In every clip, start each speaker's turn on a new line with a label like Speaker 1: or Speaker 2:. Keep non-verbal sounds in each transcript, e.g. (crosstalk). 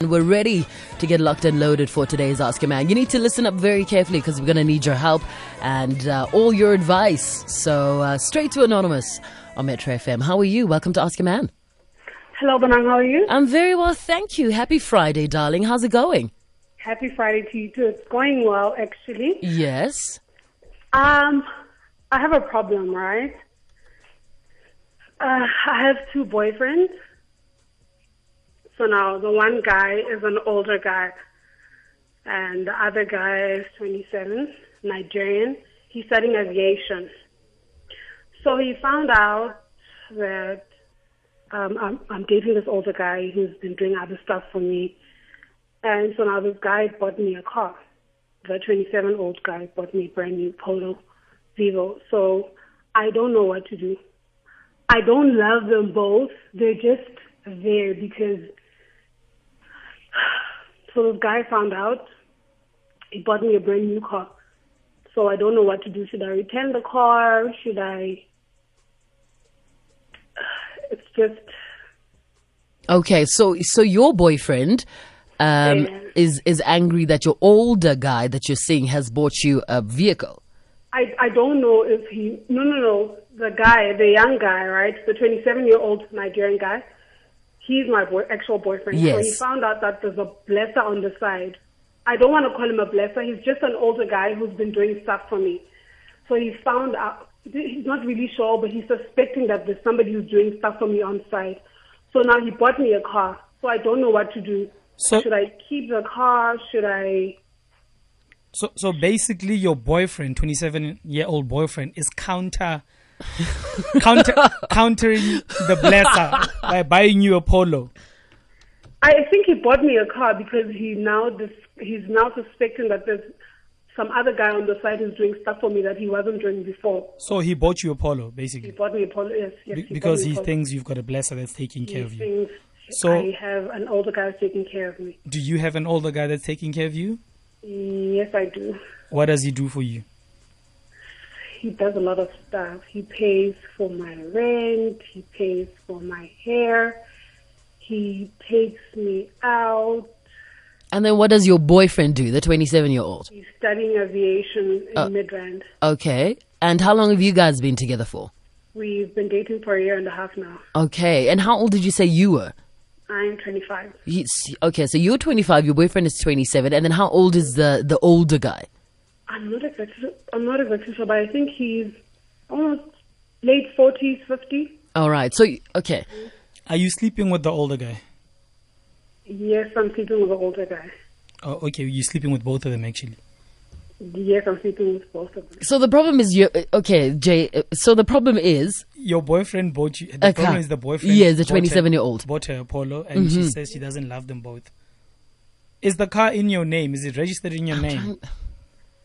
Speaker 1: We're ready to get locked and loaded for today's Ask a Man. You need to listen up very carefully because we're going to need your help and uh, all your advice. So, uh, straight to Anonymous on Metro FM. How are you? Welcome to Ask a Man.
Speaker 2: Hello, Banang. How are you?
Speaker 1: I'm very well, thank you. Happy Friday, darling. How's it going?
Speaker 2: Happy Friday to you too. It's going well, actually.
Speaker 1: Yes.
Speaker 2: Um, I have a problem, right? Uh, I have two boyfriends. So now the one guy is an older guy, and the other guy is 27, Nigerian. He's studying aviation. So he found out that um, I'm, I'm dating this older guy who's been doing other stuff for me. And so now this guy bought me a car. The 27 old guy bought me a brand new Polo Vivo. So I don't know what to do. I don't love them both. They're just there because. (sighs) So this guy found out. He bought me a brand new car. So I don't know what to do. Should I return the car? Should I. (sighs) It's just.
Speaker 1: Okay, so so your boyfriend um,
Speaker 2: Yeah.
Speaker 1: is is angry that your older guy that you're seeing has bought you a vehicle.
Speaker 2: I I don't know if he no no no the guy the young guy right the 27 year old Nigerian guy he's my boy, actual boyfriend so he
Speaker 1: Yes.
Speaker 2: found out that there's a blesser on the side I don't want to call him a blesser he's just an older guy who's been doing stuff for me so he found out he's not really sure but he's suspecting that there's somebody who's doing stuff for me on side so now he bought me a car so I don't know what to do
Speaker 3: So-
Speaker 2: should I keep the car should I
Speaker 3: So, so basically, your boyfriend, twenty-seven-year-old boyfriend, is counter, counter, countering the blesser by buying you a polo.
Speaker 2: I think he bought me a car because he now dis- he's now suspecting that there's some other guy on the side who's doing stuff for me that he wasn't doing before.
Speaker 3: So he bought you a polo,
Speaker 2: He
Speaker 3: basically,
Speaker 2: bought me a polo. Yes, yes.
Speaker 3: be-
Speaker 2: he
Speaker 3: because
Speaker 2: bought me a
Speaker 3: he
Speaker 2: polo.
Speaker 3: thinks you've got a blesser that's taking care of
Speaker 2: He
Speaker 3: you.
Speaker 2: thinks
Speaker 3: So-
Speaker 2: I have an older guy who's taking care of me.
Speaker 3: Do you have an older guy that's taking care of you?
Speaker 2: Yes, I do.
Speaker 3: What does he do for you?
Speaker 2: He does a lot of stuff. He pays for my rent. He pays for my hair. He takes me out.
Speaker 1: And then what does your boyfriend do, the 27 year old?
Speaker 2: He's studying aviation
Speaker 3: Uh.
Speaker 2: in Midrand.
Speaker 1: Okay. And how long have you guys been together for?
Speaker 2: We've been dating for a year and a half now.
Speaker 1: Okay. And how old did you say you were?
Speaker 2: I'm 25.
Speaker 1: He- s- okay, so you're 25, your boyfriend is 27, and then how old is the, the older guy?
Speaker 2: I'm not exactly. I'm not exactly sure, but I think he's almost late forties, fifty.
Speaker 1: All right, so, y- okay.
Speaker 3: Are you sleeping with the older guy?
Speaker 2: Yes, I'm sleeping with the older guy.
Speaker 3: Oh, okay, you're sleeping with both of them actually.
Speaker 2: Yes, I'm sleeping with both of them.
Speaker 1: So the problem is, you okay, Jay, uh, so the problem is,
Speaker 3: Your boyfriend bought you. The
Speaker 1: A car.
Speaker 3: problem is the boyfriend.
Speaker 1: Yes, the
Speaker 3: bought her-
Speaker 1: 27-year-old.
Speaker 3: bought her a polo, and
Speaker 1: Mm-hmm.
Speaker 3: she says she doesn't love them both. Is the car in your name? Is it registered in your name?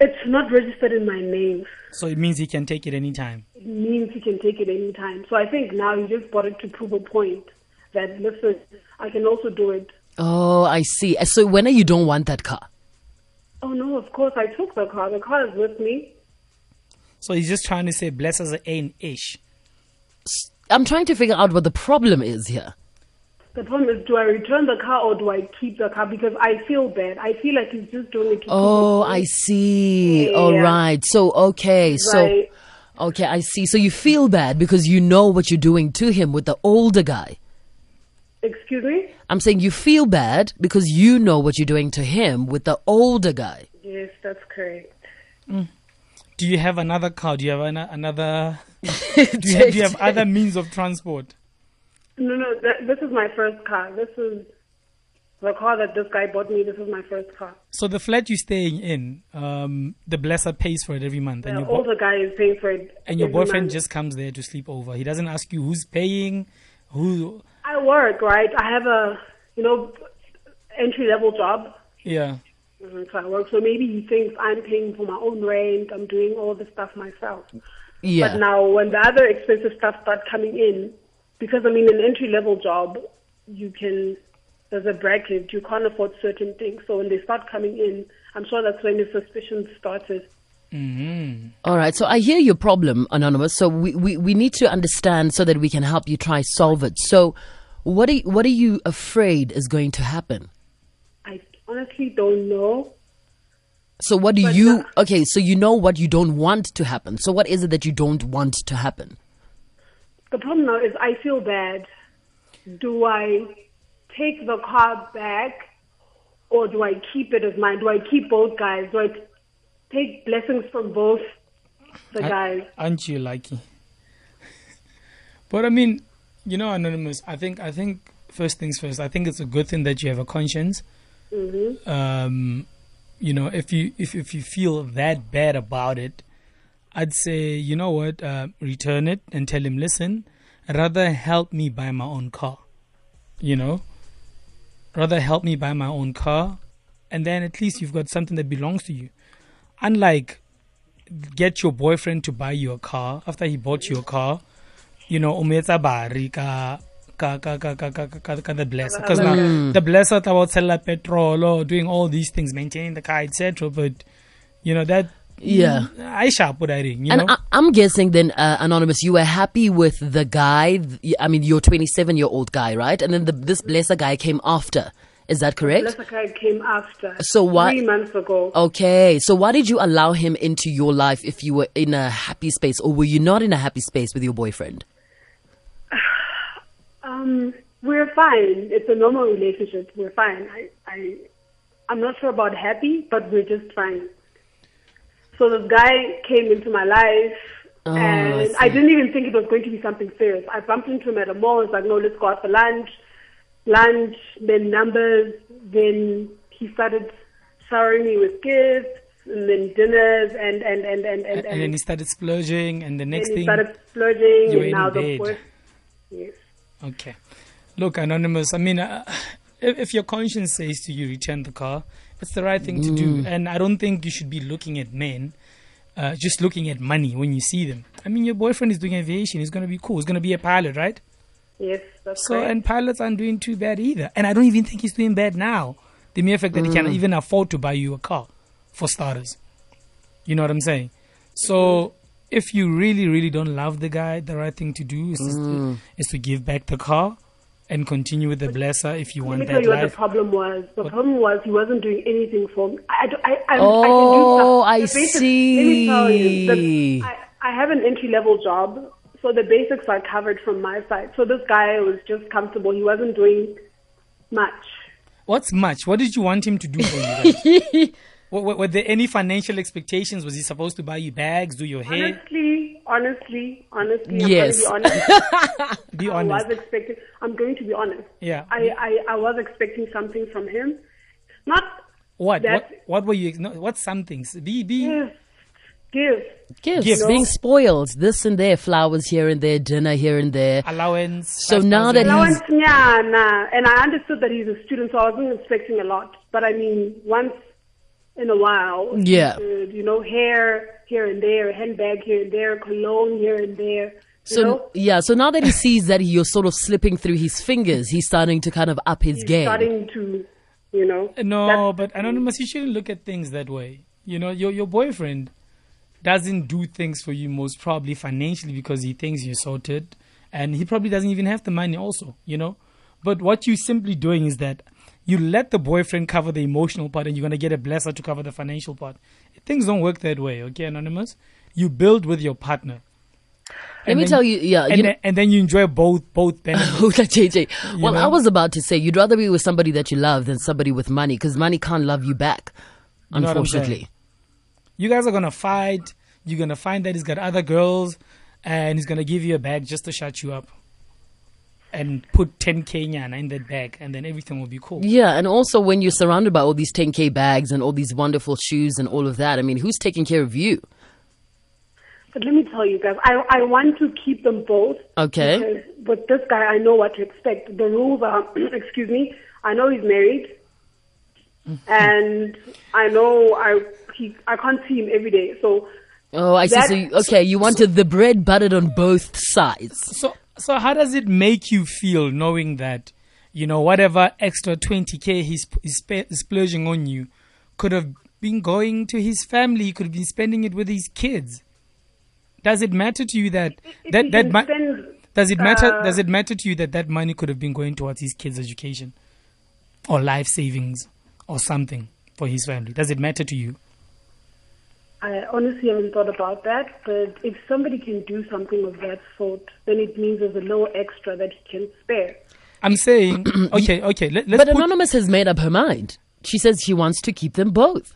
Speaker 2: It's not registered in my name.
Speaker 3: So it means he can take it anytime.
Speaker 2: It means he can take it anytime. So I think now he just bought it to prove a point that listen, I can also do it.
Speaker 1: oh, I see. Uh, So when are you don't want that car?
Speaker 2: Oh no! Of course, I took the car. The car is with me.
Speaker 3: So he's just trying to say bless us an ish.
Speaker 1: S- I'm trying to figure out what the problem is here.
Speaker 2: The problem is, do I return the car or do I keep the car? Because I feel bad. I feel like he's just doing it to prove a
Speaker 1: Oh, I
Speaker 2: point.
Speaker 1: see. All
Speaker 2: Yeah.
Speaker 1: right. So, okay. So,
Speaker 2: Right.
Speaker 1: okay, I see. So you feel bad because you know what you're doing to him with the older guy.
Speaker 2: Excuse me.
Speaker 1: I'm saying you feel bad because you know what you're doing to him with the older guy. (laughs)
Speaker 2: Yes, that's correct.
Speaker 3: Do you have another car? Do you have an- another? (laughs) do, you
Speaker 1: (laughs)
Speaker 3: have, do you have other means of transport?
Speaker 2: No, no, th- this is my first car. This is the car that this guy bought me. This is my first car.
Speaker 3: So the flat you're staying in, um, the blesser pays for it every month, and
Speaker 2: The
Speaker 3: your bo-
Speaker 2: older guy is paying for it.
Speaker 3: and your
Speaker 2: every
Speaker 3: boyfriend
Speaker 2: month.
Speaker 3: just comes there to sleep over. He doesn't ask you who's paying, who.
Speaker 2: I work, right? I have a, you know, entry level job.
Speaker 3: Yeah.
Speaker 2: Mhm, So I work. So maybe he thinks I'm paying for my own rent. I'm doing all the stuff myself.
Speaker 1: Yeah.
Speaker 2: But now, when the other expensive stuff start coming in, because I mean, an entry level job, you can there's a bracket. You can't afford certain things. So when they start coming in, I'm sure that's when the suspicion started.
Speaker 3: hmm
Speaker 1: All right. So I hear your problem, Anonymous. So we, we, we need to understand so that we can help you try solve it. So what are, you- what are you afraid is going to happen?
Speaker 2: honestly don't know.
Speaker 1: So what do
Speaker 2: But,
Speaker 1: you
Speaker 2: uh,
Speaker 1: okay, so you know what you don't want to happen. So what is it that you don't want to happen?
Speaker 2: The problem now is I feel bad. Do I take the car back or do I keep it as mine? Do I keep both guys? Do I t- take blessings from both the guys?
Speaker 3: Aren't you lucky? (laughs) but I mean, you know, anonymous. I think I think first things first. I think it's a good thing that you have a conscience. Um, you know, if you if if you feel that bad about it, I'd say you know what, uh, return it and tell him. Listen, rather help me buy my own car. You know, rather help me buy my own car, and then at least you've got something that belongs to you. Unlike get your boyfriend to buy you a car after he bought you a car you know umetsa bari ka ka ka ka ka ka ka ka the blesser because now
Speaker 1: Mm.
Speaker 3: the blesser about selling petrol or doing all these things maintaining the car etc but you know that
Speaker 1: Yeah.
Speaker 3: i sharp what i ring you
Speaker 1: And
Speaker 3: know
Speaker 1: I, I'm guessing then, uh, Anonymous, you were happy with the guy, th- I mean, your 27 year old guy, right? And then the, this blesser guy came after. Is that correct?
Speaker 2: Blessed guy came after.
Speaker 1: So why-
Speaker 2: Three months ago.
Speaker 1: Okay, so why did you allow him into your life if you were in a happy space or were you not in a happy space with your boyfriend?
Speaker 2: Um, we're fine. It's a normal relationship. We're fine. I, I, I'm not sure about happy, but we're just fine. So this guy came into my life,
Speaker 1: Oh, I
Speaker 2: and
Speaker 1: see.
Speaker 2: I, didn't even think it was going to be something serious. I bumped into him at a mall. It's like, no, let's go out for lunch. Lunch, then numbers, then he started showering me with gifts, and then dinners, and and and and and,
Speaker 3: and, and then he started splurging and the next
Speaker 2: and he
Speaker 3: thing
Speaker 2: started splurging,
Speaker 3: you were
Speaker 2: and
Speaker 3: in
Speaker 2: now
Speaker 3: bed.
Speaker 2: the fourth. Yes.
Speaker 3: Okay. Look, Anonymous, I mean, uh, if, if your conscience says to you return the car, it's the right thing to do. And I don't think you should be looking at men, uh, just looking at money when you see them. I mean, your boyfriend is doing aviation. He's going to be cool. He's going to be a pilot, right?
Speaker 2: Yes, that's
Speaker 3: So,
Speaker 2: correct.
Speaker 3: and pilots aren't doing too bad either. And I don't even think he's doing bad now. The mere fact that he can
Speaker 2: Mm.
Speaker 3: even afford to buy you a car, for starters. You know what I'm saying? So, if you really, really don't love the guy, the right thing to do is,
Speaker 2: Mm.
Speaker 3: to, is to give back the car and continue with the blesser if you
Speaker 2: Let me
Speaker 3: want
Speaker 2: tell
Speaker 3: that
Speaker 2: you what the
Speaker 3: life.
Speaker 2: problem was. The problem was he wasn't doing anything for me. I, I, do- I, I,
Speaker 1: Oh,
Speaker 2: I
Speaker 1: I
Speaker 2: can do some. the basics- Let me tell you,
Speaker 1: see.
Speaker 2: the, I, I have an entry level job, so the basics are covered from my side. So this guy was just comfortable. He wasn't doing much.
Speaker 3: What's much? What did you want him to do for you? guys?
Speaker 2: (laughs)
Speaker 3: were, were- were there any financial expectations? Was he supposed to buy you bags, do your hair?
Speaker 2: Honestly, honestly, honestly,
Speaker 1: (laughs) Yes.
Speaker 2: I'm going to be honest.
Speaker 3: Be
Speaker 2: I
Speaker 3: honest.
Speaker 2: was expecting. I'm going to be honest.
Speaker 3: Yeah.
Speaker 2: I, I, I was expecting something from him. Not
Speaker 3: What?
Speaker 2: that-
Speaker 3: What, what were you? ex- No, what some things? Be be.
Speaker 2: gifts, gifts.
Speaker 1: Gifts,
Speaker 3: Gifts.
Speaker 1: being spoiled, this and there, flowers here and there, dinner here and there.
Speaker 3: allowance.
Speaker 1: So now that
Speaker 3: 5,000.
Speaker 2: I
Speaker 1: he's-
Speaker 2: went, yeah, nah. And I understood that he's a student, so I wasn't expecting a lot. But I mean, once in a while,
Speaker 1: Yeah.
Speaker 2: uh, you know, hair here and there, handbag here and there, cologne here and there. You
Speaker 1: So
Speaker 2: know,
Speaker 1: yeah, so now that he sees that you're sort of slipping through his fingers, he's starting to kind of up his game. (laughs)
Speaker 2: starting to, you know.
Speaker 3: no,
Speaker 2: that's-
Speaker 3: but anonymous, you shouldn't look at things that way. You know, your your boyfriend doesn't do things for you most probably financially because he thinks you're sorted, and he probably doesn't even have the money. Also, you know, but what you're simply doing is that you let the boyfriend cover the emotional part, and you're gonna get a blesser to cover the financial part. Things don't work that way, okay, anonymous. You build with your partner.
Speaker 1: Let
Speaker 3: And
Speaker 1: me
Speaker 3: then-
Speaker 1: tell you, yeah,
Speaker 3: and,
Speaker 1: you know,
Speaker 3: then, and then you enjoy both both benefits.
Speaker 1: Okay, JJ. well, I
Speaker 3: know?
Speaker 1: was about to say you'd rather be with somebody that you love than somebody with money because money can't love you back,
Speaker 3: know what I'm saying?
Speaker 1: unfortunately.
Speaker 3: you guys are gonna fight. You're gonna find that he's got other girls, and he's gonna give you a bag just to shut you up, and put 10k nyana in that bag, and then everything will be cool.
Speaker 1: yeah, and also when you're surrounded by all these 10k bags and all these wonderful shoes and all of that, I mean, who's taking care of you?
Speaker 2: But let me tell you guys, I I want to keep them both.
Speaker 1: Okay.
Speaker 2: Because with this guy, I know what to expect. The rules are, (clears throat) excuse me, I know he's married, and I know I he I can't see him every day. So
Speaker 1: Oh, I see.
Speaker 2: That-
Speaker 1: So you, okay, you wanted the bread buttered on both sides.
Speaker 3: So, so how does it make you feel knowing that, you know, whatever extra 20k he's he's spe- splurging on you, could have been going to his family. He could have been spending it with his kids. Does it matter to you that
Speaker 2: if
Speaker 3: that
Speaker 2: he
Speaker 3: that
Speaker 2: (laughs) can
Speaker 3: might?
Speaker 2: spend,
Speaker 3: Does it matter?
Speaker 2: Uh,
Speaker 3: does it matter to you that that money could have been going towards his kids' education or life savings or something for his family? Does it matter to you?
Speaker 2: I honestly haven't thought about that, but if somebody can do something of that sort, then it means there's a little extra that he can spare.
Speaker 3: I'm saying, okay, okay. Let, us
Speaker 1: But Anonymous has made up her mind. She says she wants to keep them both.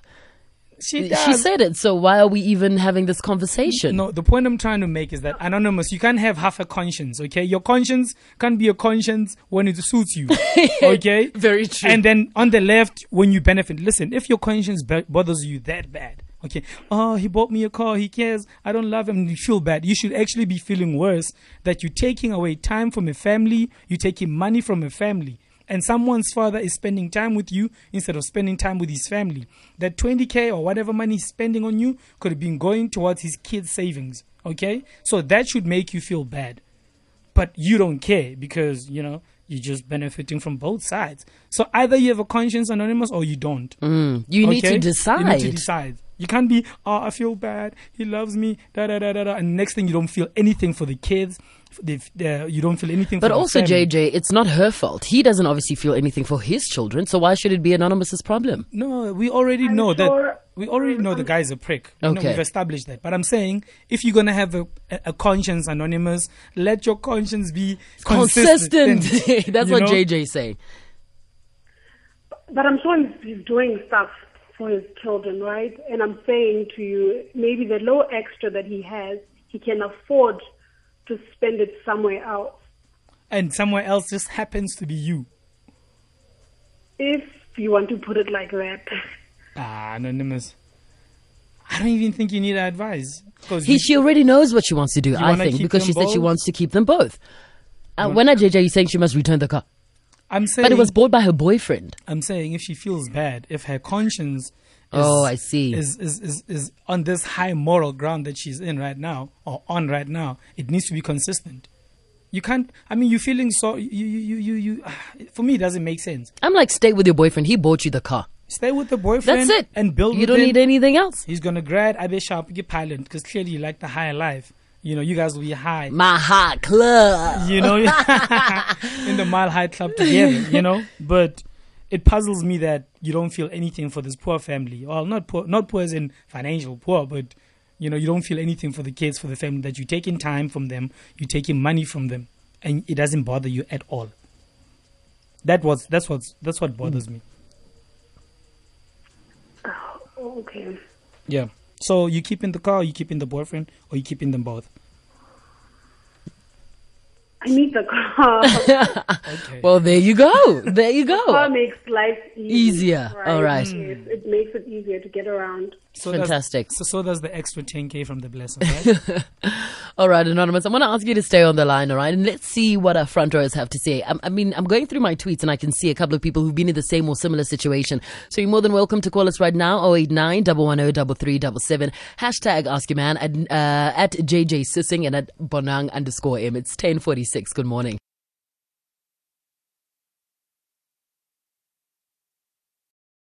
Speaker 3: she,
Speaker 1: She
Speaker 3: does.
Speaker 1: said it, so why are we even having this conversation?
Speaker 3: No, the point I'm trying to make is that anonymous, you can't have half a conscience, okay? Your conscience can't be a conscience when it suits you, okay?
Speaker 1: Very true.
Speaker 3: And then on the left, when you benefit, listen, if your conscience b- bothers you that bad, okay? Oh, he bought me a car, he cares, I don't love him, you feel bad. You should actually be feeling worse that you're taking away time from a family, you're taking money from a family. And someone's father is spending time with you instead of spending time with his family. That 20k or whatever money he's spending on you could have been going towards his kids' savings. Okay? So that should make you feel bad but you don't care because you know you're just benefiting from both sides. So either you have a conscience, anonymous, or you don't.
Speaker 1: Mm. Hmm. you need
Speaker 3: okay?
Speaker 1: to decide.
Speaker 3: You need to decide. You can't be, oh, I feel bad. He loves me. Da da da da da. And next thing, you don't feel anything for the kids. f- The, f- the, you don't feel anything.
Speaker 1: But
Speaker 3: for the
Speaker 1: also,
Speaker 3: family.
Speaker 1: JJ, it's not her fault. He doesn't obviously feel anything for his children, so why should it be Anonymous's problem?
Speaker 3: No, we already
Speaker 2: I'm
Speaker 3: know
Speaker 2: sure-
Speaker 3: that. We already know the guy's a prick. You know,
Speaker 1: Okay.
Speaker 3: we've established that. But I'm saying, if you're gonna have a, a, a conscience, anonymous, let your conscience be consistent.
Speaker 1: Consistent. (laughs) That's
Speaker 3: you
Speaker 1: what
Speaker 3: know?
Speaker 1: JJ's saying.
Speaker 2: But I'm sure he's, he's doing stuff for his children, right? And I'm saying to you, maybe the little extra that he has, he can afford to spend it somewhere else.
Speaker 3: and somewhere else just happens to be you.
Speaker 2: If you want to put it like that.
Speaker 3: Ah, anonymous. I don't even think you need advice because
Speaker 1: He, she already knows what she wants to do, I
Speaker 3: wanna
Speaker 1: think,
Speaker 3: keep
Speaker 1: because she
Speaker 3: them
Speaker 1: said she
Speaker 3: both?
Speaker 1: wants to keep them both. Uh, when I JJ, you're saying she must return the car.
Speaker 3: I'm saying
Speaker 1: But it was bought by her boyfriend.
Speaker 3: I'm saying if she feels bad, if her conscience is,
Speaker 1: Oh, I see.
Speaker 3: Is, is is is on this high moral ground that she's in right now or on right now, it needs to be consistent. You can't. I mean, you're feeling so. You you you you. you (sighs) for me, it doesn't make sense.
Speaker 1: I'm like, stay with your boyfriend. He bought you the car.
Speaker 3: Stay with the boyfriend.
Speaker 1: That's it.
Speaker 3: And build.
Speaker 1: You
Speaker 3: with
Speaker 1: don't
Speaker 3: him.
Speaker 1: need anything else.
Speaker 3: He's gonna grad Abe Sharp get pilot because clearly you like the high life. You know, you guys will be high.
Speaker 1: My hot club.
Speaker 3: you know, (laughs) in the Mile High Club together, you know. But it puzzles me that you don't feel anything for this poor family. Well, not poor, not poor as in financial poor, but you know, you don't feel anything for the kids, for the family. That you're taking time from them, you're taking money from them, and it doesn't bother you at all. That was that's what that's what bothers me.
Speaker 2: Oh, Okay.
Speaker 3: Yeah. So you keeping the car, you keeping the boyfriend, or you keeping them both?
Speaker 2: I need the
Speaker 1: (laughs)
Speaker 2: car. the
Speaker 3: Okay.
Speaker 1: Well, there you go. There you
Speaker 2: car
Speaker 1: go.
Speaker 2: makes life
Speaker 1: Easier. All right.
Speaker 2: Yes, it makes it easier to get around.
Speaker 3: so does-
Speaker 1: Fantastic.
Speaker 3: So, so does the extra 10k from the blessing, right?
Speaker 1: All right, Anonymous, I'm going to ask you to stay on the line, all right? And let's see what our front rowers have to say. Um, I, I mean, I'm going through my tweets and I can see a couple of people who've been in the same or similar situation. So you're more than welcome to call us right now, 089 110 Hashtag Ask Your Man at, uh, at JJ Sissing and at Bonang underscore M. It's 1046. Good morning.